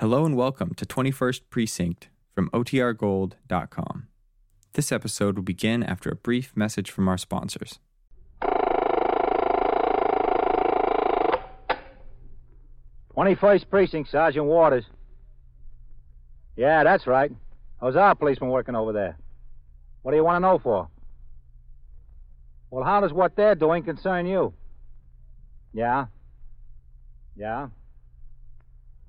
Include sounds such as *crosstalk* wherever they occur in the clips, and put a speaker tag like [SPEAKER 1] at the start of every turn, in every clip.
[SPEAKER 1] Hello and welcome to 21st Precinct from OTRGold.com. This episode will begin after a brief message from our sponsors.
[SPEAKER 2] Twenty-first precinct, Sergeant Waters. Yeah, that's right. How's our policeman working over there? What do you want to know for? Well, how does what they're doing concern you? Yeah. Yeah.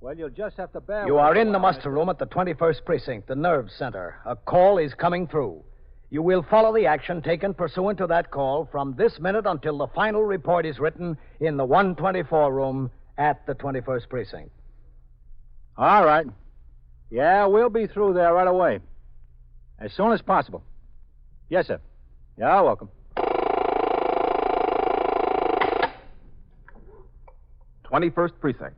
[SPEAKER 2] Well, you'll just have to bear.
[SPEAKER 3] You
[SPEAKER 2] with
[SPEAKER 3] are
[SPEAKER 2] it a
[SPEAKER 3] in the
[SPEAKER 2] while,
[SPEAKER 3] muster room at the 21st Precinct, the nerve center. A call is coming through. You will follow the action taken pursuant to that call from this minute until the final report is written in the 124 room at the 21st Precinct.
[SPEAKER 2] All right. Yeah, we'll be through there right away. As soon as possible. Yes, sir. Yeah, welcome.
[SPEAKER 4] 21st Precinct.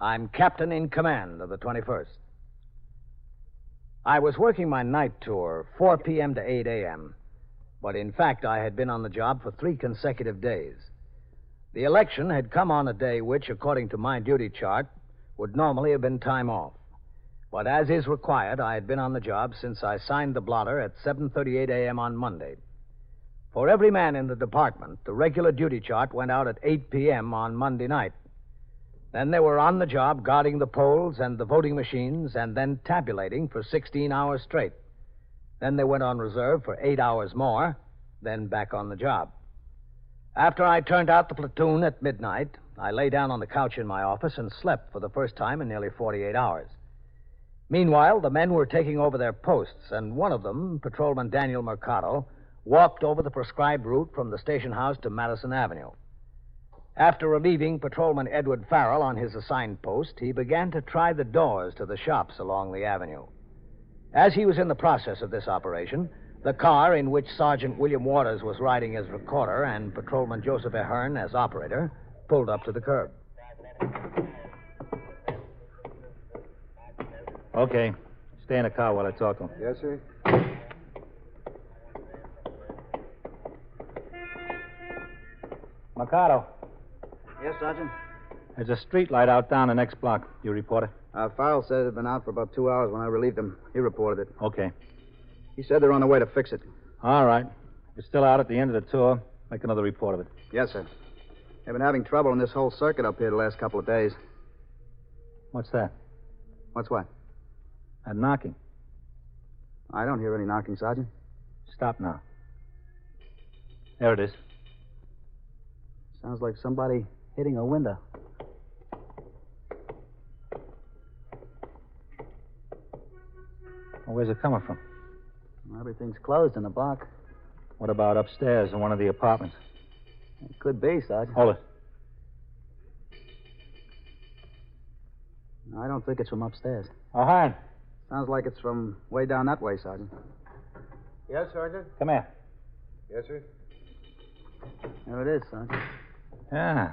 [SPEAKER 3] I'm captain in command of the 21st. I was working my night tour, 4 p.m. to 8 a.m., but in fact, I had been on the job for three consecutive days. The election had come on a day which, according to my duty chart, would normally have been time off. But as is required, I had been on the job since I signed the blotter at 7:38 a.m. on Monday. For every man in the department, the regular duty chart went out at 8 p.m. on Monday night. Then they were on the job guarding the polls and the voting machines and then tabulating for 16 hours straight. Then they went on reserve for 8 hours more, then back on the job. After I turned out the platoon at midnight, I lay down on the couch in my office and slept for the first time in nearly 48 hours. Meanwhile, the men were taking over their posts, and one of them, Patrolman Daniel Mercado, walked over the prescribed route from the station house to Madison Avenue. After relieving Patrolman Edward Farrell on his assigned post, he began to try the doors to the shops along the avenue. As he was in the process of this operation, the car in which Sergeant William Waters was riding as recorder and Patrolman Joseph Ahern as operator pulled up to the curb.
[SPEAKER 2] Okay. Stay in the car while I talk to him.
[SPEAKER 5] Yes, sir.
[SPEAKER 2] Mercado,
[SPEAKER 5] Yes, Sergeant.
[SPEAKER 2] there's a street light out down the next block. You report it?
[SPEAKER 5] Uh, Farrell said it had been out for about two hours when I relieved him. He reported it.
[SPEAKER 2] Okay.
[SPEAKER 5] He said they're on the way to fix it.
[SPEAKER 2] All right. If it's still out at the end of the tour, make another report of it.
[SPEAKER 5] Yes, sir. They've been having trouble in this whole circuit up here the last couple of days.
[SPEAKER 2] What's that?
[SPEAKER 5] What's what?
[SPEAKER 2] A knocking.
[SPEAKER 5] I don't hear any knocking, Sergeant.
[SPEAKER 2] Stop now. There it is.
[SPEAKER 5] Sounds like somebody hitting a window.
[SPEAKER 2] Well, where's it coming from?
[SPEAKER 5] Everything's closed in the block.
[SPEAKER 2] What about upstairs in one of the apartments?
[SPEAKER 5] It could be, Sergeant.
[SPEAKER 2] Hold it.
[SPEAKER 5] I don't think it's from upstairs.
[SPEAKER 2] O'Hearn,
[SPEAKER 5] Sounds like it's from way down that way, Sergeant.
[SPEAKER 6] Yes, Sergeant.
[SPEAKER 2] come here.
[SPEAKER 6] Yes, sir.
[SPEAKER 5] There it is, Sergeant.
[SPEAKER 2] Yeah.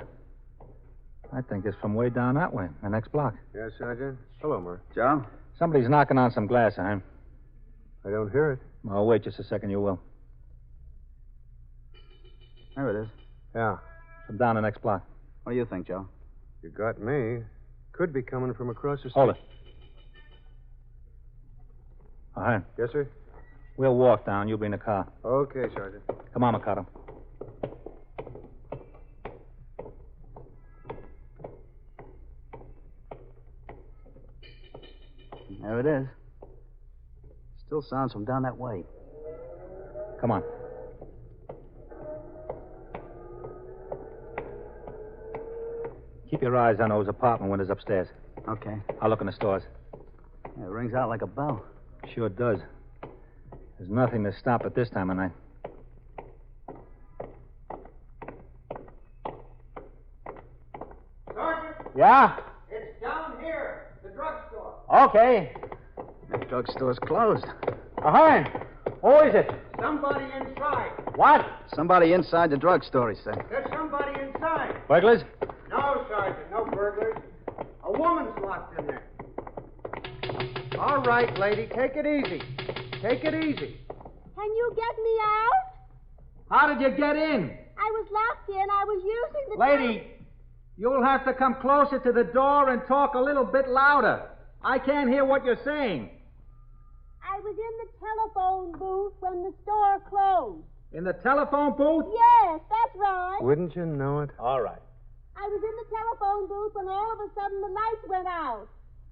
[SPEAKER 2] I think it's from way down that way, the next block.
[SPEAKER 6] Yes, Sergeant. Hello, Murray.
[SPEAKER 5] Joe?
[SPEAKER 2] Somebody's knocking on some glass, Ahern.
[SPEAKER 6] I don't hear it.
[SPEAKER 2] Oh, wait just a second, you will.
[SPEAKER 5] There it is.
[SPEAKER 6] Yeah,
[SPEAKER 2] From down the next block.
[SPEAKER 5] What do you think, Joe?
[SPEAKER 6] you got me. Could be coming from across the street.
[SPEAKER 2] Hold it. O'Hearn,
[SPEAKER 6] Yes, sir.
[SPEAKER 2] we'll walk down. You'll be in the car.
[SPEAKER 6] Okay, Sergeant.
[SPEAKER 2] Come on, Mikado.
[SPEAKER 5] There it is. Still sounds from down that way.
[SPEAKER 2] Come on. Keep your eyes on those apartment windows upstairs.
[SPEAKER 5] Okay.
[SPEAKER 2] I'll look in the stores.
[SPEAKER 5] It rings out like a bell.
[SPEAKER 2] Sure does. There's nothing to stop at this time of night.
[SPEAKER 7] Sergeant,
[SPEAKER 2] Yeah?
[SPEAKER 7] it's down here, the drugstore.
[SPEAKER 2] Okay.
[SPEAKER 5] That drugstore's closed.
[SPEAKER 2] Uh-huh. Who is it?
[SPEAKER 7] Somebody inside.
[SPEAKER 2] What?
[SPEAKER 5] Somebody inside the drugstore, he said.
[SPEAKER 7] There's somebody inside.
[SPEAKER 2] Burglars?
[SPEAKER 7] No, Sergeant, no burglars. A woman's locked in there. All right, lady, take it easy. Take it easy.
[SPEAKER 8] Can you get me out?
[SPEAKER 7] How did you get in?
[SPEAKER 8] I was locked in. I was using the.
[SPEAKER 7] Lady, you'll have to come closer to the door and talk a little bit louder. I can't hear what you're saying.
[SPEAKER 8] I was in the telephone booth when the store closed.
[SPEAKER 7] In the telephone booth?
[SPEAKER 8] Yes, that's right.
[SPEAKER 6] Wouldn't you know it?
[SPEAKER 2] All right.
[SPEAKER 8] I was in the telephone booth when all of a sudden the lights went out.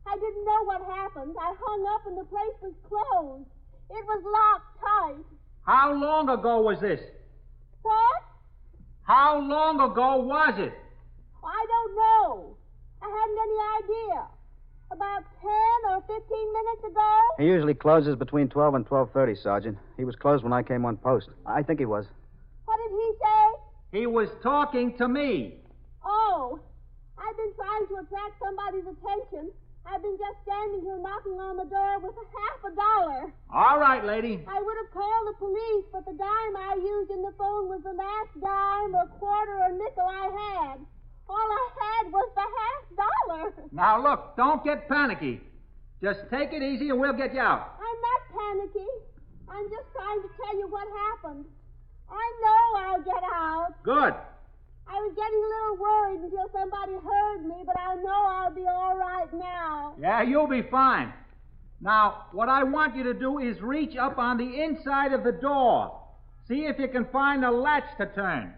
[SPEAKER 8] I didn't know what happened. I hung up and the place was closed. It was locked tight.
[SPEAKER 7] How long ago was this?
[SPEAKER 8] What?
[SPEAKER 7] How long ago was it?
[SPEAKER 8] I don't know. I haven't any idea. About 10 or 15 minutes ago?
[SPEAKER 5] He usually closes between 12 and 12.30, Sergeant. He was closed when I came on post. I think he was.
[SPEAKER 8] What did he say?
[SPEAKER 7] He was talking to me.
[SPEAKER 8] Oh, I've been trying to attract somebody's attention. I've been just standing here knocking on the door with a half a dollar.
[SPEAKER 7] All right, lady.
[SPEAKER 8] I would have called the police, but the dime I used in the phone was the last dime or quarter or nickel I had. All I had was the half dollar.
[SPEAKER 7] Now, look, don't get panicky. Just take it easy and we'll get you out.
[SPEAKER 8] I'm not panicky. I'm just trying to tell you what happened. I know I'll get out.
[SPEAKER 7] Good.
[SPEAKER 8] I was getting a little worried until somebody heard me, but I know I'll be all right now.
[SPEAKER 7] Yeah, you'll be fine. Now, what I want you to do is reach up on the inside of the door. See if you can find a latch to turn.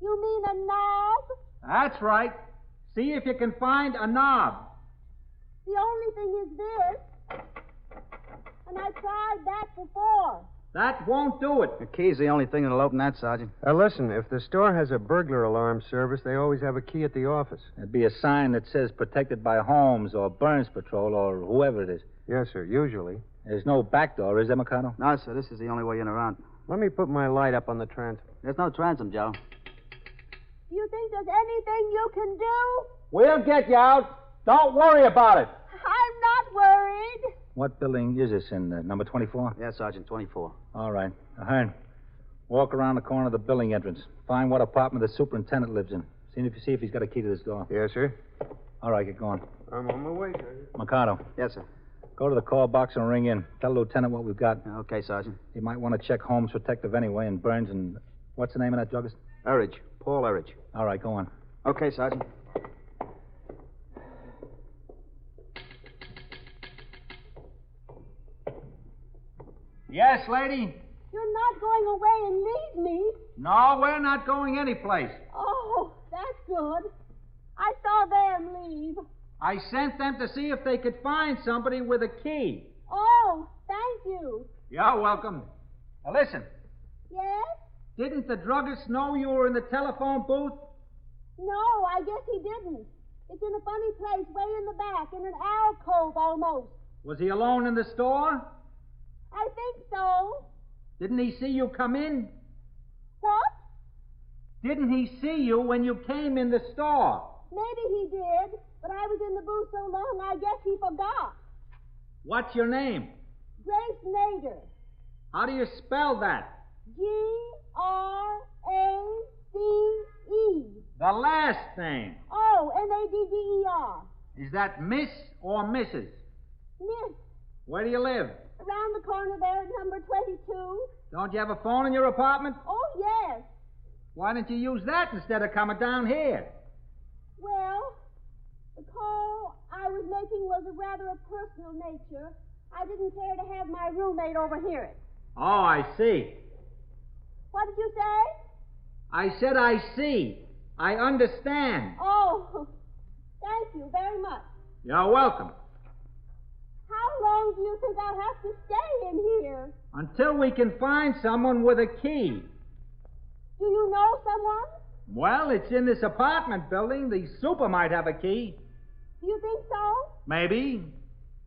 [SPEAKER 8] You mean a knob?
[SPEAKER 7] That's right. See if you can find a knob.
[SPEAKER 8] The only thing is this. And I tried that before.
[SPEAKER 7] That won't do it.
[SPEAKER 5] The key's the only thing that'll open that, Sergeant.
[SPEAKER 6] Uh, listen, if the store has a burglar alarm service, they always have a key at the office.
[SPEAKER 2] It'd be a sign that says protected by Holmes or Burns Patrol or whoever it is.
[SPEAKER 6] Yes, sir, usually.
[SPEAKER 2] There's no back door, is there, Mikado?
[SPEAKER 5] No, sir, this is the only way in or out.
[SPEAKER 6] Let me put my light up on the transom.
[SPEAKER 5] There's no transom, Joe.
[SPEAKER 8] Do you think there's anything you can do?
[SPEAKER 2] We'll get you out. Don't worry about it.
[SPEAKER 8] I'm not worried.
[SPEAKER 2] What building is this in? Uh, number 24?
[SPEAKER 5] Yes, Sergeant, 24.
[SPEAKER 2] All right. Ahern, walk around the corner of the building entrance. Find what apartment the superintendent lives in. See if you see if he's got a key to this door.
[SPEAKER 6] Yes, sir.
[SPEAKER 2] All right, get going.
[SPEAKER 6] I'm on my way, Sergeant.
[SPEAKER 2] Mikado,
[SPEAKER 5] Yes, sir.
[SPEAKER 2] go to the call box and ring in. Tell the lieutenant what we've got.
[SPEAKER 5] Okay, Sergeant.
[SPEAKER 2] He might want to check Holmes Protective anyway, and Burns and. What's the name of that druggist?
[SPEAKER 5] Erridge. Paul Erridge.
[SPEAKER 2] All right, go on.
[SPEAKER 5] Okay, Sergeant.
[SPEAKER 7] Yes, lady?
[SPEAKER 8] You're not going away and leave me.
[SPEAKER 7] No, we're not going anyplace.
[SPEAKER 8] Oh, that's good. I saw them leave.
[SPEAKER 7] I sent them to see if they could find somebody with a key.
[SPEAKER 8] Oh, thank you.
[SPEAKER 7] You're welcome. Now, listen,
[SPEAKER 8] Yes?
[SPEAKER 7] didn't the druggist know you were in the telephone booth?
[SPEAKER 8] No, I guess he didn't. It's in a funny place way in the back, in an alcove almost.
[SPEAKER 7] Was he alone in the store?
[SPEAKER 8] I think so.
[SPEAKER 7] Didn't he see you come in?
[SPEAKER 8] What?
[SPEAKER 7] Didn't he see you when you came in the store?
[SPEAKER 8] Maybe he did, but I was in the booth so long I guess he forgot.
[SPEAKER 7] What's your name?
[SPEAKER 8] Grace Nader.
[SPEAKER 7] How do you spell that?
[SPEAKER 8] G R A C E.
[SPEAKER 7] The last name.
[SPEAKER 8] Oh, N A D D E R.
[SPEAKER 7] Is that Miss or Mrs.?
[SPEAKER 8] Miss,
[SPEAKER 7] Where do you live?
[SPEAKER 8] around the corner there at number 22.
[SPEAKER 7] Don't you have a phone in your apartment?
[SPEAKER 8] Oh, yes.
[SPEAKER 7] Why didn't you use that instead of coming down here?
[SPEAKER 8] Well, the call I was making was of rather a personal nature. I didn't care to have my roommate overhear it.
[SPEAKER 7] Oh, I see.
[SPEAKER 8] What did you say?
[SPEAKER 7] I said I see. I understand.
[SPEAKER 8] Oh, *laughs* thank you very much.
[SPEAKER 7] You're welcome.
[SPEAKER 8] How long do you think I'll have to stay in here?
[SPEAKER 7] Until we can find someone with a key.
[SPEAKER 8] Do you know someone?
[SPEAKER 7] Well, it's in this apartment building. The super might have a key.
[SPEAKER 8] Do you think so?
[SPEAKER 7] Maybe.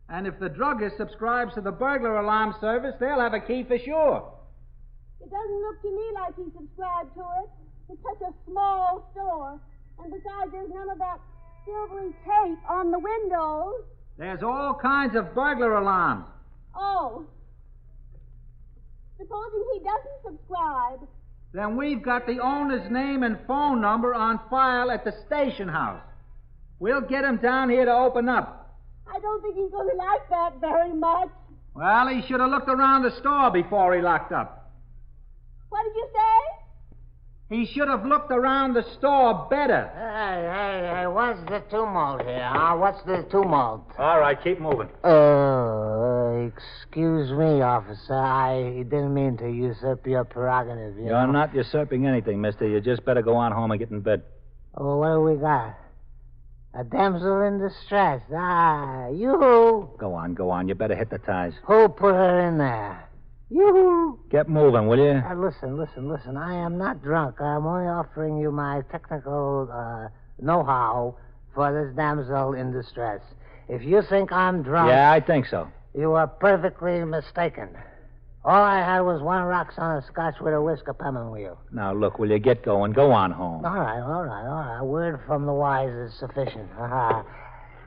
[SPEAKER 7] And if the druggist subscribes to the burglar alarm service, they'll have a key for sure.
[SPEAKER 8] It doesn't look to me like he subscribed to it. It's such a small store. And besides, there's none of that silvery tape on the windows.
[SPEAKER 7] There's all kinds of burglar alarms.
[SPEAKER 8] Oh. Supposing he doesn't subscribe.
[SPEAKER 7] Then we've got the owner's name and phone number on file at the station house. We'll get him down here to open up.
[SPEAKER 8] I don't think he's going to like that very much.
[SPEAKER 7] Well, he should have looked around the store before he locked up.
[SPEAKER 8] What did you say?
[SPEAKER 7] He should have looked around the store better.
[SPEAKER 9] Hey, hey, hey, what's the tumult here, huh? What's the tumult?
[SPEAKER 7] All right, keep moving.
[SPEAKER 9] Uh, excuse me, officer. I didn't mean to usurp your prerogative. You
[SPEAKER 7] You're
[SPEAKER 9] know?
[SPEAKER 7] not usurping anything, mister. You just better go on home and get in bed.
[SPEAKER 9] Oh, what do we got? A damsel in distress. Ah, you.
[SPEAKER 7] Go on, go on. You better hit the ties.
[SPEAKER 9] Who put her in there? You.
[SPEAKER 7] Get moving, will you?
[SPEAKER 9] Uh, listen, listen, listen. I am not drunk. I'm only offering you my technical uh, know-how for this damsel in distress. If you think I'm drunk,
[SPEAKER 7] Yeah, I think so.
[SPEAKER 9] you are perfectly mistaken. All I had was one rocks on a scotch with a whisk of lemon wheel.
[SPEAKER 7] Now, look, will you get going? Go on home.
[SPEAKER 9] All right, all right, all right. Word from the wise is sufficient.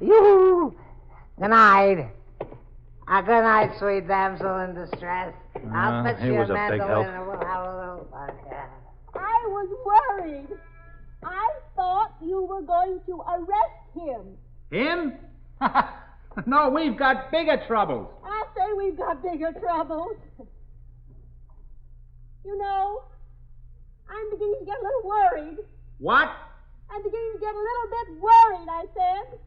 [SPEAKER 9] you. Good night. Uh, good night, sweet damsel in distress. I'll
[SPEAKER 7] Ah,
[SPEAKER 9] fetch
[SPEAKER 7] he
[SPEAKER 9] you
[SPEAKER 7] was a
[SPEAKER 9] a
[SPEAKER 7] big
[SPEAKER 9] mandolin
[SPEAKER 7] help.
[SPEAKER 9] and we'll have a little fun. Yeah.
[SPEAKER 8] I was worried. I thought you were going to arrest him.
[SPEAKER 7] Him? *laughs* no, we've got bigger troubles.
[SPEAKER 8] I say we've got bigger troubles. You know, I'm beginning to get a little worried.
[SPEAKER 7] What?
[SPEAKER 8] I'm beginning to get a little bit worried, I said.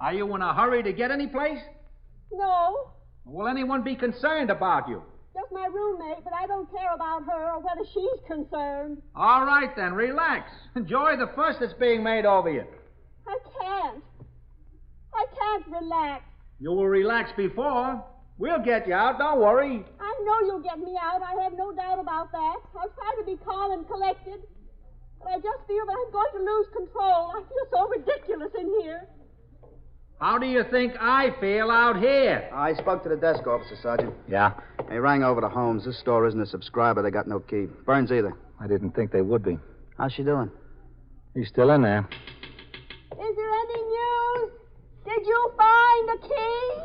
[SPEAKER 7] Are you in a hurry to get any place?
[SPEAKER 8] No,
[SPEAKER 7] Will anyone be concerned about you?
[SPEAKER 8] just my roommate, but I don't care about her or whether she's concerned.
[SPEAKER 7] All right, then, relax. *laughs* Enjoy the fuss that's being made over you.
[SPEAKER 8] I can't. I can't relax.
[SPEAKER 7] You were relaxed before. We'll get you out, don't worry.
[SPEAKER 8] I know you'll get me out. I have no doubt about that. I'll try to be calm and collected. But I just feel that I'm going to lose control. I feel so ridiculous in here.
[SPEAKER 7] How do you think I feel out here?
[SPEAKER 5] I spoke to the desk officer, Sergeant.
[SPEAKER 7] Yeah,
[SPEAKER 5] He rang over to Holmes. This store isn't a subscriber. They got no key. Burns either.
[SPEAKER 7] I didn't think they would be.
[SPEAKER 5] How's she doing?
[SPEAKER 7] He's still in there.
[SPEAKER 8] Is there any news? Did you find the key?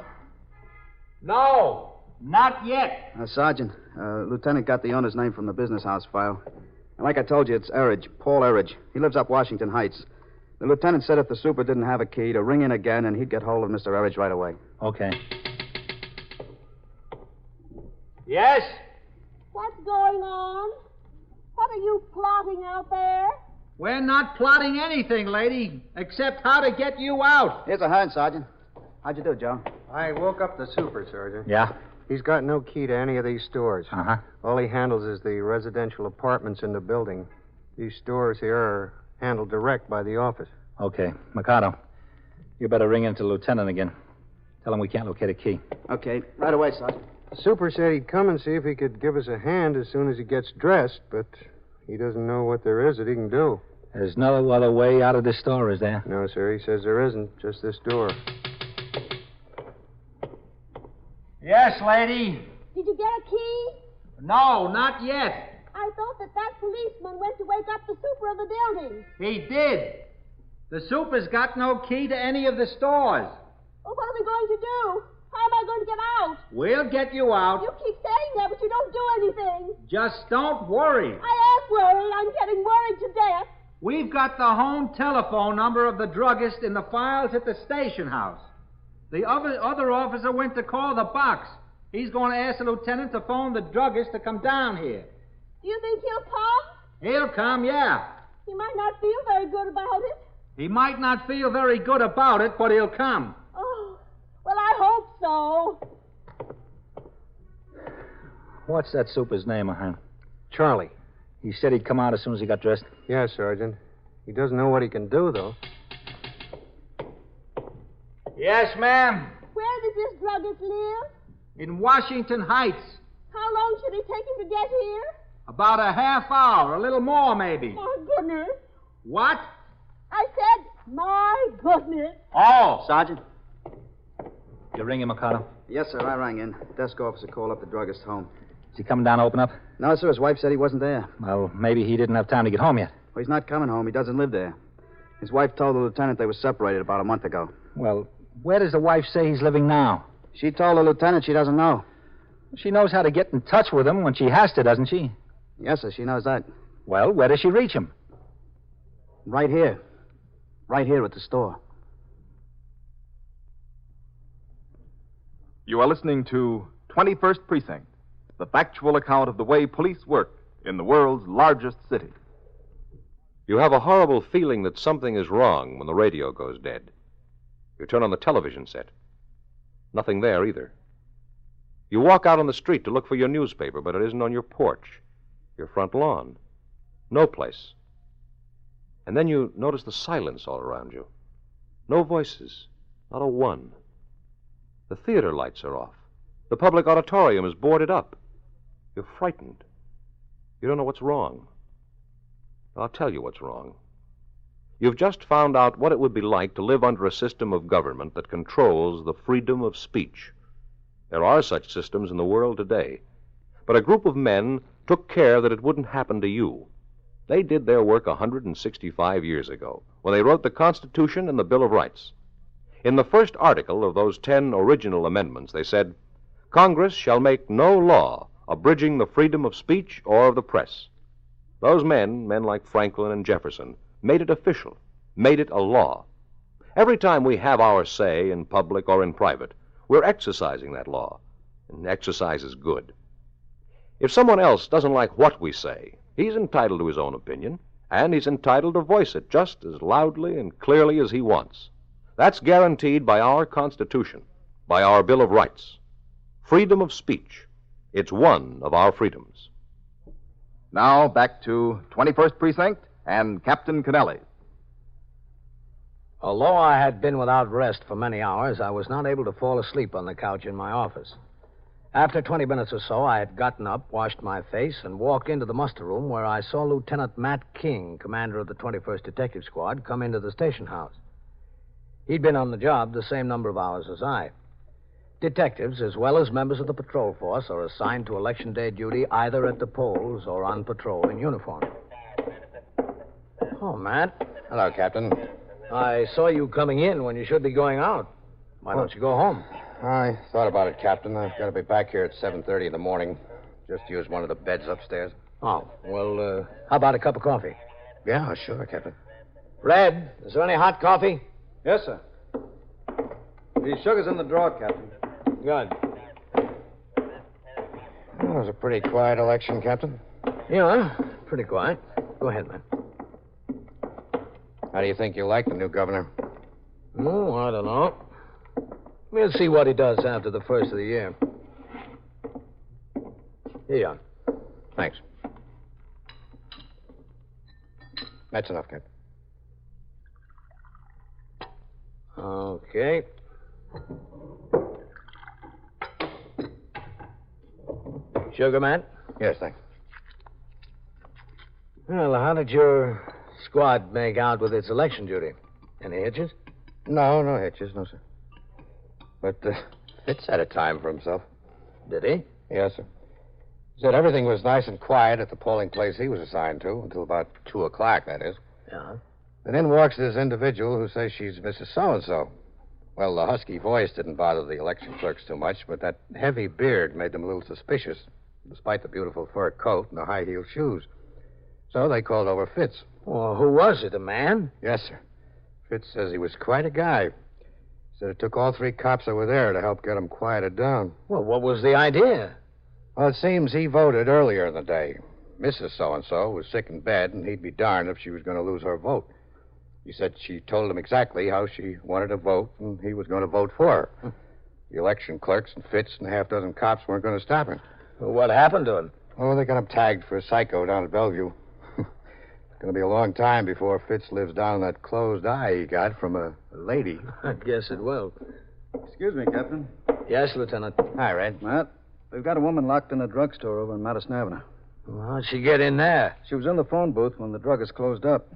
[SPEAKER 7] No, not yet.
[SPEAKER 5] Uh, Sergeant, uh, Lieutenant got the owner's name from the business house file. And like I told you, it's Erridge, Paul Erridge. He lives up Washington Heights. The lieutenant said if the super didn't have a key, to ring in again and he'd get hold of Mr. Erridge right away.
[SPEAKER 7] Okay. Yes?
[SPEAKER 8] What's going on? What are you plotting out there?
[SPEAKER 7] We're not plotting anything, lady, except how to get you out.
[SPEAKER 5] Here's a hand, Sergeant. How'd you do, Joe?
[SPEAKER 6] I woke up the super, Sergeant.
[SPEAKER 7] Yeah?
[SPEAKER 6] He's got no key to any of these stores.
[SPEAKER 7] Uh huh.
[SPEAKER 6] All he handles is the residential apartments in the building. These stores here are handled direct by the office.
[SPEAKER 7] Okay. Mikado, you better ring in to Lieutenant again. Tell him we can't locate a key.
[SPEAKER 5] Okay, right away, Sergeant.
[SPEAKER 6] The super said he'd come and see if he could give us a hand as soon as he gets dressed, but he doesn't know what there is that he can do.
[SPEAKER 7] There's no other way out of this store, is there?
[SPEAKER 6] No, sir, he says there isn't, just this door.
[SPEAKER 7] Yes, lady.
[SPEAKER 8] Did you get a key?
[SPEAKER 7] No, not yet.
[SPEAKER 8] I thought that that policeman went to wake up the super of the building.
[SPEAKER 7] He did. The super's got no key to any of the stores.
[SPEAKER 8] Well, what are we going to do? How am I going to get out?
[SPEAKER 7] We'll get you out.
[SPEAKER 8] You keep saying that, but you don't do anything.
[SPEAKER 7] Just don't worry.
[SPEAKER 8] I am worried. I'm getting worried to death.
[SPEAKER 7] We've got the home telephone number of the druggist in the files at the station house. The other, other officer went to call the box. He's going to ask the lieutenant to phone the druggist to come down here.
[SPEAKER 8] Do you think he'll come?
[SPEAKER 7] He'll come, yeah.
[SPEAKER 8] He might not feel very good about it.
[SPEAKER 7] He might not feel very good about it, but he'll come.
[SPEAKER 8] Oh, well, I hope so.
[SPEAKER 2] What's that super's name, huh?
[SPEAKER 6] Charlie.
[SPEAKER 2] He said he'd come out as soon as he got dressed.
[SPEAKER 6] Yes, Sergeant. He doesn't know what he can do, though.
[SPEAKER 7] Yes, ma'am.
[SPEAKER 8] Where does this druggist live?
[SPEAKER 7] In Washington Heights.
[SPEAKER 8] How long should it take him to get here?
[SPEAKER 7] About a half hour, a little more, maybe.
[SPEAKER 8] My goodness.
[SPEAKER 7] What?
[SPEAKER 8] I said, my goodness.
[SPEAKER 7] Oh.
[SPEAKER 5] Sergeant?
[SPEAKER 2] You ring him, Mikado.
[SPEAKER 5] Yes, sir, I rang in. Desk officer called up the druggist home.
[SPEAKER 2] Is he coming down to open up?
[SPEAKER 5] No, sir, his wife said he wasn't there.
[SPEAKER 2] Well, maybe he didn't have time to get home yet.
[SPEAKER 5] Well, he's not coming home. He doesn't live there. His wife told the lieutenant they were separated about a month ago.
[SPEAKER 2] Well,
[SPEAKER 10] Where does the wife say he's living now?
[SPEAKER 5] She told the lieutenant she doesn't know.
[SPEAKER 10] She knows how to get in touch with him when she has to, doesn't she?
[SPEAKER 5] Yes, sir, she knows that.
[SPEAKER 10] Well, where does she reach him?
[SPEAKER 5] Right here. Right here at the store.
[SPEAKER 4] You are listening to 21st Precinct, the factual account of the way police work in the world's largest city.
[SPEAKER 11] You have a horrible feeling that something is wrong when the radio goes dead. You turn on the television set. Nothing there either. You walk out on the street to look for your newspaper, but it isn't on your porch, your front lawn. No place. And then you notice the silence all around you. No voices, not a one. The theater lights are off. The public auditorium is boarded up. You're frightened. You don't know what's wrong. I'll tell you what's wrong. You've just found out what it would be like to live under a system of government that controls the freedom of speech. There are such systems in the world today. But a group of men took care that it wouldn't happen to you. They did their work 165 years ago when they wrote the Constitution and the Bill of Rights. In the first article of those 10 original amendments, they said, Congress shall make no law abridging the freedom of speech or of the press. Those men, men like Franklin and Jefferson, made it official, made it a law. Every time we have our say in public or in private, we're exercising that law, and exercise is good. If someone else doesn't like what we say, he's entitled to his own opinion, and he's entitled to voice it just as loudly and clearly as he wants. That's guaranteed by our Constitution, by our Bill of Rights. Freedom of speech. It's one of our freedoms.
[SPEAKER 4] Now back to 21st Precinct and Captain Kennelly.
[SPEAKER 3] Although I had been without rest for many hours, I was not able to fall asleep on the couch in my office. After 20 minutes or so, I had gotten up, washed my face, and walked into the muster room where I saw Lieutenant Matt King, commander of the 21st Detective Squad, come into the station house. He'd been on the job the same number of hours as I. Detectives, as well as members of the patrol force, are assigned to election day duty either at the polls or on patrol in uniform. Oh, Matt.
[SPEAKER 12] Hello, Captain.
[SPEAKER 3] I saw you coming in when you should be going out. Why don't you go home?
[SPEAKER 12] I thought about it, Captain. I've got to be back here at 7.30 in the morning. Just use one of the beds upstairs.
[SPEAKER 3] Oh, well, uh, how about a cup of coffee?
[SPEAKER 12] Yeah, sure, Captain.
[SPEAKER 3] Red, is there any hot coffee?
[SPEAKER 13] Yes, sir. The sugar's in the drawer, Captain.
[SPEAKER 3] Good.
[SPEAKER 12] Well, it was a pretty quiet election, Captain.
[SPEAKER 3] Yeah, pretty quiet. Go ahead, man.
[SPEAKER 12] How do you think you like the new governor?
[SPEAKER 3] Oh, I don't know. We'll see what he does after the first of the year. Here you are.
[SPEAKER 12] Thanks. That's enough, Captain.
[SPEAKER 3] Okay. Sugar man?
[SPEAKER 12] Yes, thanks.
[SPEAKER 3] Well, how did your squad make out with its election duty? Any hitches?
[SPEAKER 12] No, no hitches, no, sir. But uh, Fitz had a time for himself.
[SPEAKER 3] Did he?
[SPEAKER 12] Yes, sir. He said everything was nice and quiet at the polling place he was assigned to until about 2 o'clock, that is.
[SPEAKER 3] Yeah.
[SPEAKER 12] And in walks this individual who says she's Mrs. So and so. Well, the husky voice didn't bother the election clerks too much, but that heavy beard made them a little suspicious, despite the beautiful fur coat and the high heeled shoes. So they called over Fitz.
[SPEAKER 3] Well, who was it, a man?
[SPEAKER 12] Yes, sir. Fitz says he was quite a guy. He said it took all three cops that were there to help get him quieted down.
[SPEAKER 3] Well, what was the idea?
[SPEAKER 12] Well, it seems he voted earlier in the day. Mrs. So and so was sick in bed, and he'd be darned if she was going to lose her vote. He said she told him exactly how she wanted to vote, and he was going to vote for
[SPEAKER 3] *laughs*
[SPEAKER 12] her. the election clerks and Fitz and a half dozen cops weren't going to stop him.
[SPEAKER 3] Well, what happened to him?
[SPEAKER 12] Oh, they got him tagged for a psycho down at Bellevue. *laughs* it's going to be a long time before Fitz lives down that closed eye he got from a lady.
[SPEAKER 3] I guess it will.
[SPEAKER 5] Excuse me, Captain.
[SPEAKER 3] Yes, Lieutenant.
[SPEAKER 12] Hi, Red.
[SPEAKER 5] Matt, we've got a woman locked in a drugstore over in Madison Avenue.
[SPEAKER 3] Well, how'd she get in there?
[SPEAKER 5] She was in the phone booth when the druggist closed up.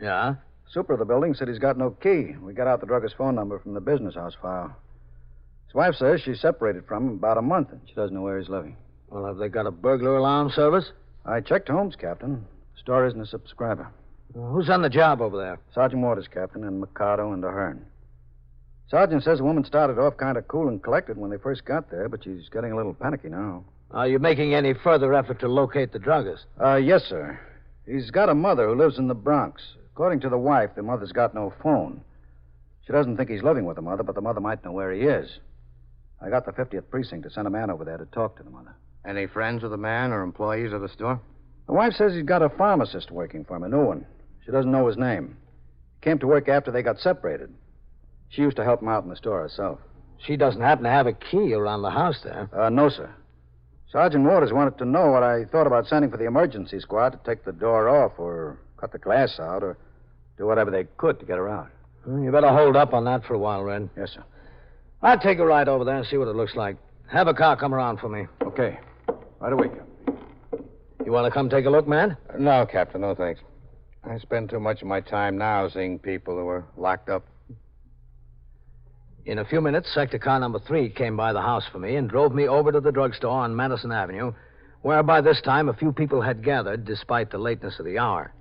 [SPEAKER 3] Yeah?
[SPEAKER 5] Super of the building said he's got no key. We got out the druggist's phone number from the business house file. His wife says she's separated from him about a month, and she doesn't know where he's living.
[SPEAKER 3] Well, have they got a burglar alarm service?
[SPEAKER 5] I checked Holmes, Captain. Store isn't a subscriber.
[SPEAKER 3] Well, who's on the job over there?
[SPEAKER 5] Sergeant Waters, Captain, and Mikado and Ahern.
[SPEAKER 13] Sergeant says the woman started off kind of cool and collected when they first got there, but she's getting a little panicky now.
[SPEAKER 3] Are you making any further effort to locate the druggist?
[SPEAKER 13] Uh, yes, sir. He's got a mother who lives in the Bronx. According to the wife, the mother's got no phone. She doesn't think he's living with the mother, but the mother might know where he is. I got the 50th precinct to send a man over there to talk to the mother.
[SPEAKER 12] Any friends of the man or employees of the store?
[SPEAKER 13] The wife says he's got a pharmacist working for him, a new one. She doesn't know his name. He came to work after they got separated. She used to help him out in the store herself.
[SPEAKER 3] She doesn't happen to have a key around the house there.
[SPEAKER 13] Uh, no, sir. Sergeant Waters wanted to know what I thought about sending for the emergency squad to take the door off or cut the glass out or do whatever they could to get her out.
[SPEAKER 3] Hmm, You better hold up on that for a while, Red.
[SPEAKER 13] Yes, sir.
[SPEAKER 3] I'll take a ride over there and see what it looks like. Have a car come around for me.
[SPEAKER 12] Okay. Right away, Captain.
[SPEAKER 3] You want to come take a look, man?
[SPEAKER 12] Uh, No, Captain, no thanks. I spend too much of my time now seeing people who are locked up.
[SPEAKER 3] In a few minutes, sector car number three came by the house for me and drove me over to the drugstore on Madison Avenue, where by this time a few people had gathered despite the lateness of the hour.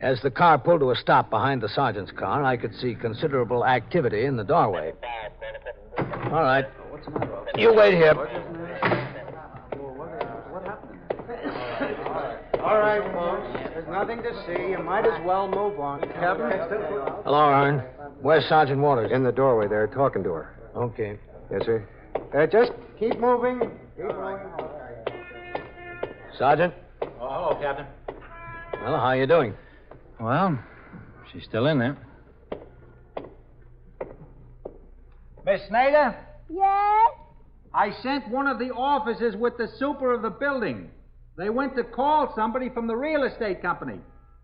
[SPEAKER 3] As the car pulled to a stop behind the sergeant's car, I could see considerable activity in the doorway. All right.
[SPEAKER 9] What's the matter, officer?
[SPEAKER 3] You wait here.
[SPEAKER 9] What happened?
[SPEAKER 6] All right, folks. There's nothing to see. You might as well move on. Captain?
[SPEAKER 3] Hello, Aaron. Where's Sergeant Waters?
[SPEAKER 6] In the doorway there, talking to her.
[SPEAKER 3] Okay.
[SPEAKER 6] Yes, sir. Uh, just keep moving. Keep moving.
[SPEAKER 3] Sergeant?
[SPEAKER 2] Oh, hello, Captain.
[SPEAKER 3] Well, how you doing?
[SPEAKER 2] Well, she's still in there.
[SPEAKER 7] Miss Snyder?
[SPEAKER 8] Yes?
[SPEAKER 7] I sent one of the officers with the super of the building. They went to call somebody from the real estate company.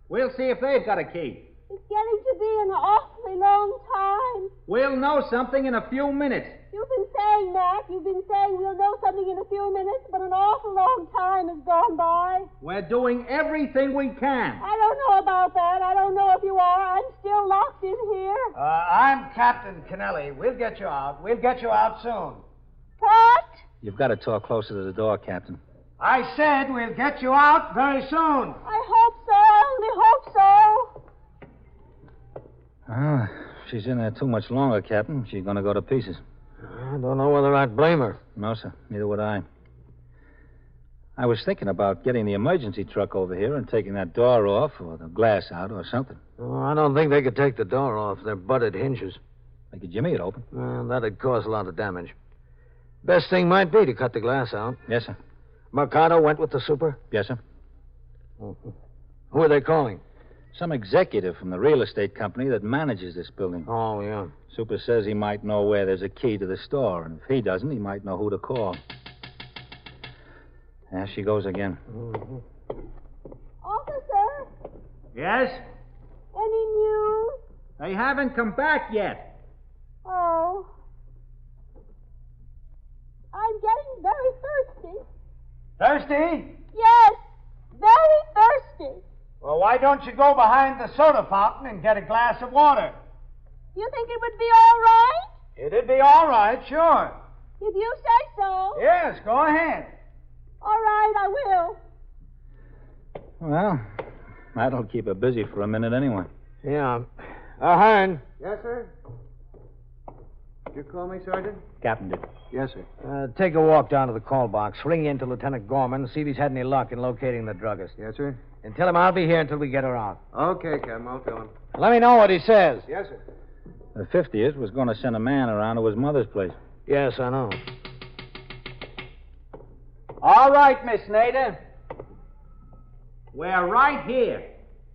[SPEAKER 7] We'll see if they've got a key.
[SPEAKER 8] It's getting to be an awfully long time.
[SPEAKER 7] We'll know something in a few minutes.
[SPEAKER 8] You've been saying that. You've been saying we'll know something in a few minutes, but an awful long time has gone by.
[SPEAKER 7] We're doing everything we can.
[SPEAKER 8] I don't know about that. I don't know if you are. I'm still locked in here.
[SPEAKER 14] Uh, I'm Captain Kennelly. We'll get you out. We'll get you out soon.
[SPEAKER 8] What?
[SPEAKER 2] You've got to talk closer to the door, Captain.
[SPEAKER 14] I said we'll get you out very soon.
[SPEAKER 8] I hope so. I only hope
[SPEAKER 2] so. Oh, she's in there too much longer, Captain. She's going to go to pieces.
[SPEAKER 3] I don't know whether I'd blame her.
[SPEAKER 2] No, sir. Neither would I. I was thinking about getting the emergency truck over here and taking that door off or the glass out or something.
[SPEAKER 3] Oh, I don't think they could take the door off. They're butted hinges.
[SPEAKER 2] They could jimmy it open.
[SPEAKER 3] Well, that'd cause a lot of damage. Best thing might be to cut the glass out.
[SPEAKER 2] Yes, sir.
[SPEAKER 3] Mercado went with the super?
[SPEAKER 2] Yes, sir.
[SPEAKER 3] Mm-hmm. Who are they calling?
[SPEAKER 2] Some executive from the real estate company that manages this building.
[SPEAKER 3] Oh, yeah.
[SPEAKER 2] Super says he might know where there's a key to the store, and if he doesn't, he might know who to call. There she goes again.
[SPEAKER 8] Mm-hmm. Officer?
[SPEAKER 7] Yes?
[SPEAKER 8] Any news?
[SPEAKER 7] They haven't come back yet.
[SPEAKER 8] Oh. I'm getting very thirsty.
[SPEAKER 14] Thirsty?
[SPEAKER 8] Yes, very thirsty.
[SPEAKER 14] Well, why don't you go behind the soda fountain and get a glass of water?
[SPEAKER 8] You think it would be all right?
[SPEAKER 14] It'd be all right, sure.
[SPEAKER 8] If you say so.
[SPEAKER 14] Yes, go ahead.
[SPEAKER 8] All right, I will.
[SPEAKER 2] Well, that'll keep her busy for a minute anyway.
[SPEAKER 3] Yeah. Uh, Hearn.
[SPEAKER 6] Yes, sir? Did you call me, Sergeant?
[SPEAKER 2] Captain did.
[SPEAKER 6] Yes, sir.
[SPEAKER 3] Uh, take a walk down to the call box. Ring in to Lieutenant Gorman and see if he's had any luck in locating the druggist.
[SPEAKER 6] Yes, sir.
[SPEAKER 3] And tell him I'll be here until we get her out.
[SPEAKER 6] Okay, Captain. I'll tell him.
[SPEAKER 3] Let me know what he says.
[SPEAKER 6] Yes, sir.
[SPEAKER 2] The 50th was going to send a man around to his mother's place.
[SPEAKER 3] Yes, I know.
[SPEAKER 7] All right, Miss Nader. We're right here.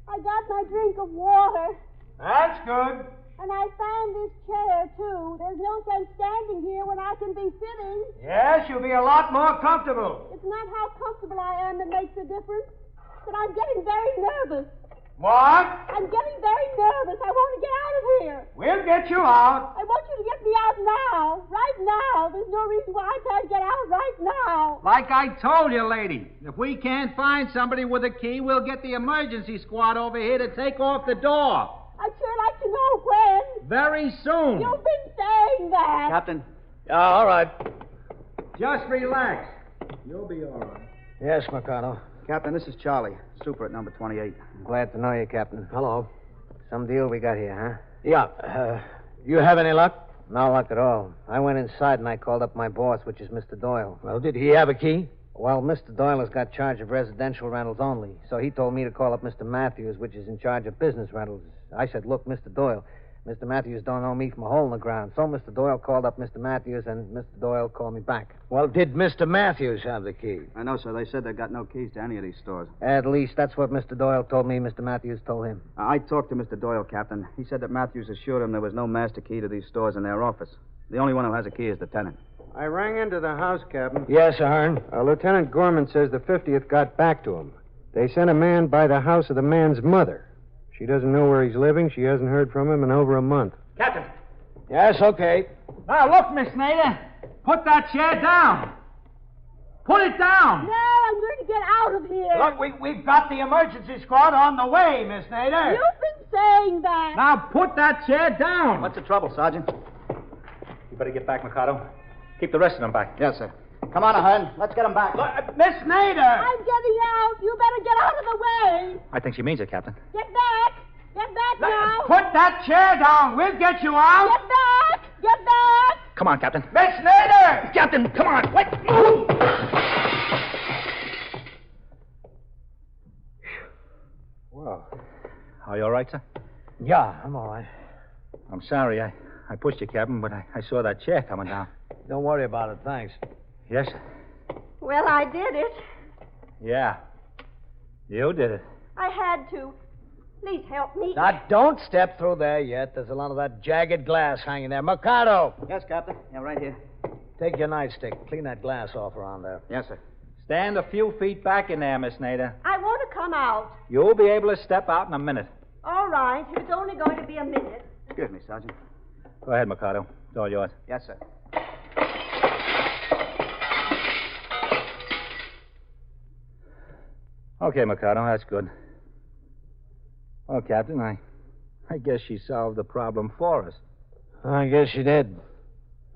[SPEAKER 8] I got my drink of water.
[SPEAKER 14] That's good.
[SPEAKER 8] And I found this chair, too. There's no sense standing here when I can be sitting.
[SPEAKER 14] Yes, you'll be a lot more comfortable.
[SPEAKER 8] It's not how comfortable I am that makes the difference, but I'm getting very nervous.
[SPEAKER 14] What?
[SPEAKER 8] I'm getting very nervous. I want to get out of here.
[SPEAKER 14] We'll get you out.
[SPEAKER 8] I want you to get me out now. Right now. There's no reason why I can't get out right now.
[SPEAKER 7] Like I told you, lady, if we can't find somebody with a key, we'll get the emergency squad over here to take off the door.
[SPEAKER 8] I'd sure like to know when.
[SPEAKER 7] Very soon.
[SPEAKER 8] You've been saying that.
[SPEAKER 2] Captain.
[SPEAKER 3] Yeah, all right.
[SPEAKER 7] Just relax. You'll be all right.
[SPEAKER 3] Yes, Mercado.
[SPEAKER 13] Captain, this is Charlie, super at number 28.
[SPEAKER 3] I'm glad to know you, Captain.
[SPEAKER 15] Hello. Some deal we got here,
[SPEAKER 3] huh? Yeah. Uh, you have any luck?
[SPEAKER 15] No luck at all. I went inside and I called up my boss, which is Mr. Doyle.
[SPEAKER 3] Well, did he have a key?
[SPEAKER 15] Well, Mr. Doyle has got charge of residential rentals only, so he told me to call up Mr. Matthews, which is in charge of business rentals. I said, Look, Mr. Doyle, Mr. Matthews don't know me from a hole in the ground. So Mr. Doyle called up Mr. Matthews, and Mr. Doyle called me back.
[SPEAKER 3] Well, did Mr. Matthews have the key?
[SPEAKER 5] I know, sir. They said they got no keys to any of these stores.
[SPEAKER 15] At least that's what Mr. Doyle told me, Mr. Matthews told him.
[SPEAKER 5] I I talked to Mr. Doyle, Captain. He said that Matthews assured him there was no master key to these stores in their office. The only one who has a key is the tenant.
[SPEAKER 6] I rang into the house, Captain.
[SPEAKER 3] Yes, Ahern.
[SPEAKER 6] Uh, Lieutenant Gorman says the 50th got back to him. They sent a man by the house of the man's mother. She doesn't know where he's living. She hasn't heard from him in over a month.
[SPEAKER 7] Captain.
[SPEAKER 3] Yes, okay.
[SPEAKER 7] Now, Ah, look, Miss Nader. Put that chair down. Put it down.
[SPEAKER 8] No, I'm going to get out of here.
[SPEAKER 7] Look, we, we've got the emergency squad on the way, Miss Nader.
[SPEAKER 8] You've been saying that.
[SPEAKER 7] Now, put that chair down.
[SPEAKER 5] What's the trouble, Sergeant?
[SPEAKER 2] You better get back, Mikado. Keep the rest of them back.
[SPEAKER 5] Yes, sir.
[SPEAKER 3] Come on, Ahern. Let's get them back.
[SPEAKER 7] Look, uh, Miss Nader.
[SPEAKER 8] I'm getting out. You better get out of the way.
[SPEAKER 2] I think she means it, Captain.
[SPEAKER 8] Get back. Get back
[SPEAKER 7] Look,
[SPEAKER 8] now.
[SPEAKER 7] Put that chair down. We'll get you out.
[SPEAKER 8] Get back. Get back.
[SPEAKER 2] Come on, Captain.
[SPEAKER 7] Miss Nader.
[SPEAKER 2] Captain, come on. Let's move.
[SPEAKER 6] Well,
[SPEAKER 2] Are you all right, sir?
[SPEAKER 3] yeah, I'm all right.
[SPEAKER 2] I'm sorry. I, I pushed you, Captain, but I, I saw that chair coming down.
[SPEAKER 3] Don't worry about it, thanks.
[SPEAKER 2] Yes, sir.
[SPEAKER 16] Well, I did it.
[SPEAKER 2] Yeah. You did it.
[SPEAKER 16] I had to. Please help me.
[SPEAKER 3] Now, don't step through there yet. There's a lot of that jagged glass hanging there. Mikado,
[SPEAKER 5] Yes, Captain. Yeah, right here.
[SPEAKER 3] take your nightstick. Clean that glass off around there.
[SPEAKER 5] Yes, sir.
[SPEAKER 2] Stand a few feet back in there, Miss Nader.
[SPEAKER 16] I want to come out.
[SPEAKER 2] You'll be able to step out in a minute.
[SPEAKER 16] All right. It's only going to be a minute.
[SPEAKER 5] Excuse me, Sergeant.
[SPEAKER 2] Go ahead, Mikado. It's all yours.
[SPEAKER 5] Yes, sir.
[SPEAKER 2] Okay, Mikado, that's good. Well, Captain, I, I guess she solved the problem for us.
[SPEAKER 3] I guess she did.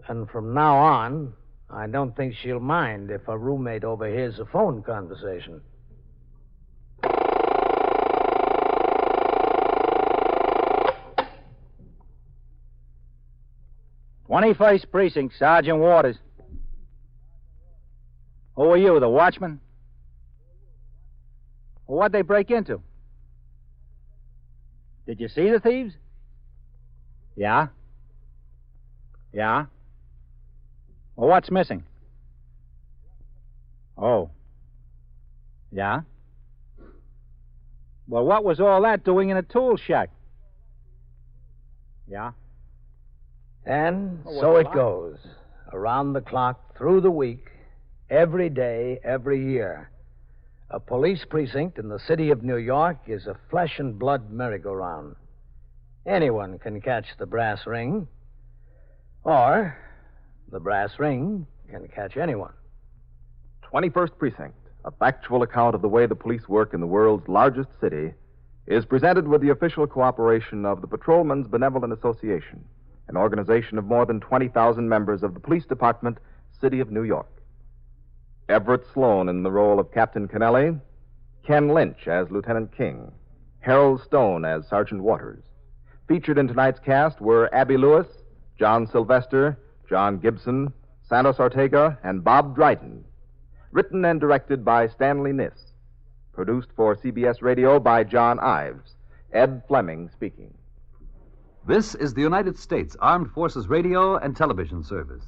[SPEAKER 3] And from now on, I don't think she'll mind if her roommate overhears a phone conversation.
[SPEAKER 17] Twenty-first precinct, Sergeant Waters. Who are you, the watchman? Well, what'd they break into? Did you see the thieves? Yeah. Yeah. Well, what's missing? Oh. Yeah. Well, what was all that doing in a tool shack? Yeah.
[SPEAKER 3] And
[SPEAKER 2] Oh, well,
[SPEAKER 3] so it
[SPEAKER 2] goodbye.
[SPEAKER 3] goes. Around the clock, through the week, every day, every year. A police precinct in the city of New York is a flesh and blood merry-go-round. Anyone can catch the brass ring, or the brass ring can catch anyone.
[SPEAKER 4] 21st Precinct, a factual account of the way the police work in the world's largest city, is presented with the official cooperation of the Patrolmen's Benevolent Association, an organization of more than 20,000 members of the Police Department, City of New York. Everett Sloan in the role of Captain Kennelly, Ken Lynch as Lieutenant King, Harold Stone as Sergeant Waters. Featured in tonight's cast were Abby Lewis, John Sylvester, John Gibson, Santos Ortega, and Bob Dryden written and directed by Stanley Niss. Produced for CBS Radio by John Ives. Ed Fleming speaking.
[SPEAKER 11] This is the United States Armed Forces Radio and Television Service.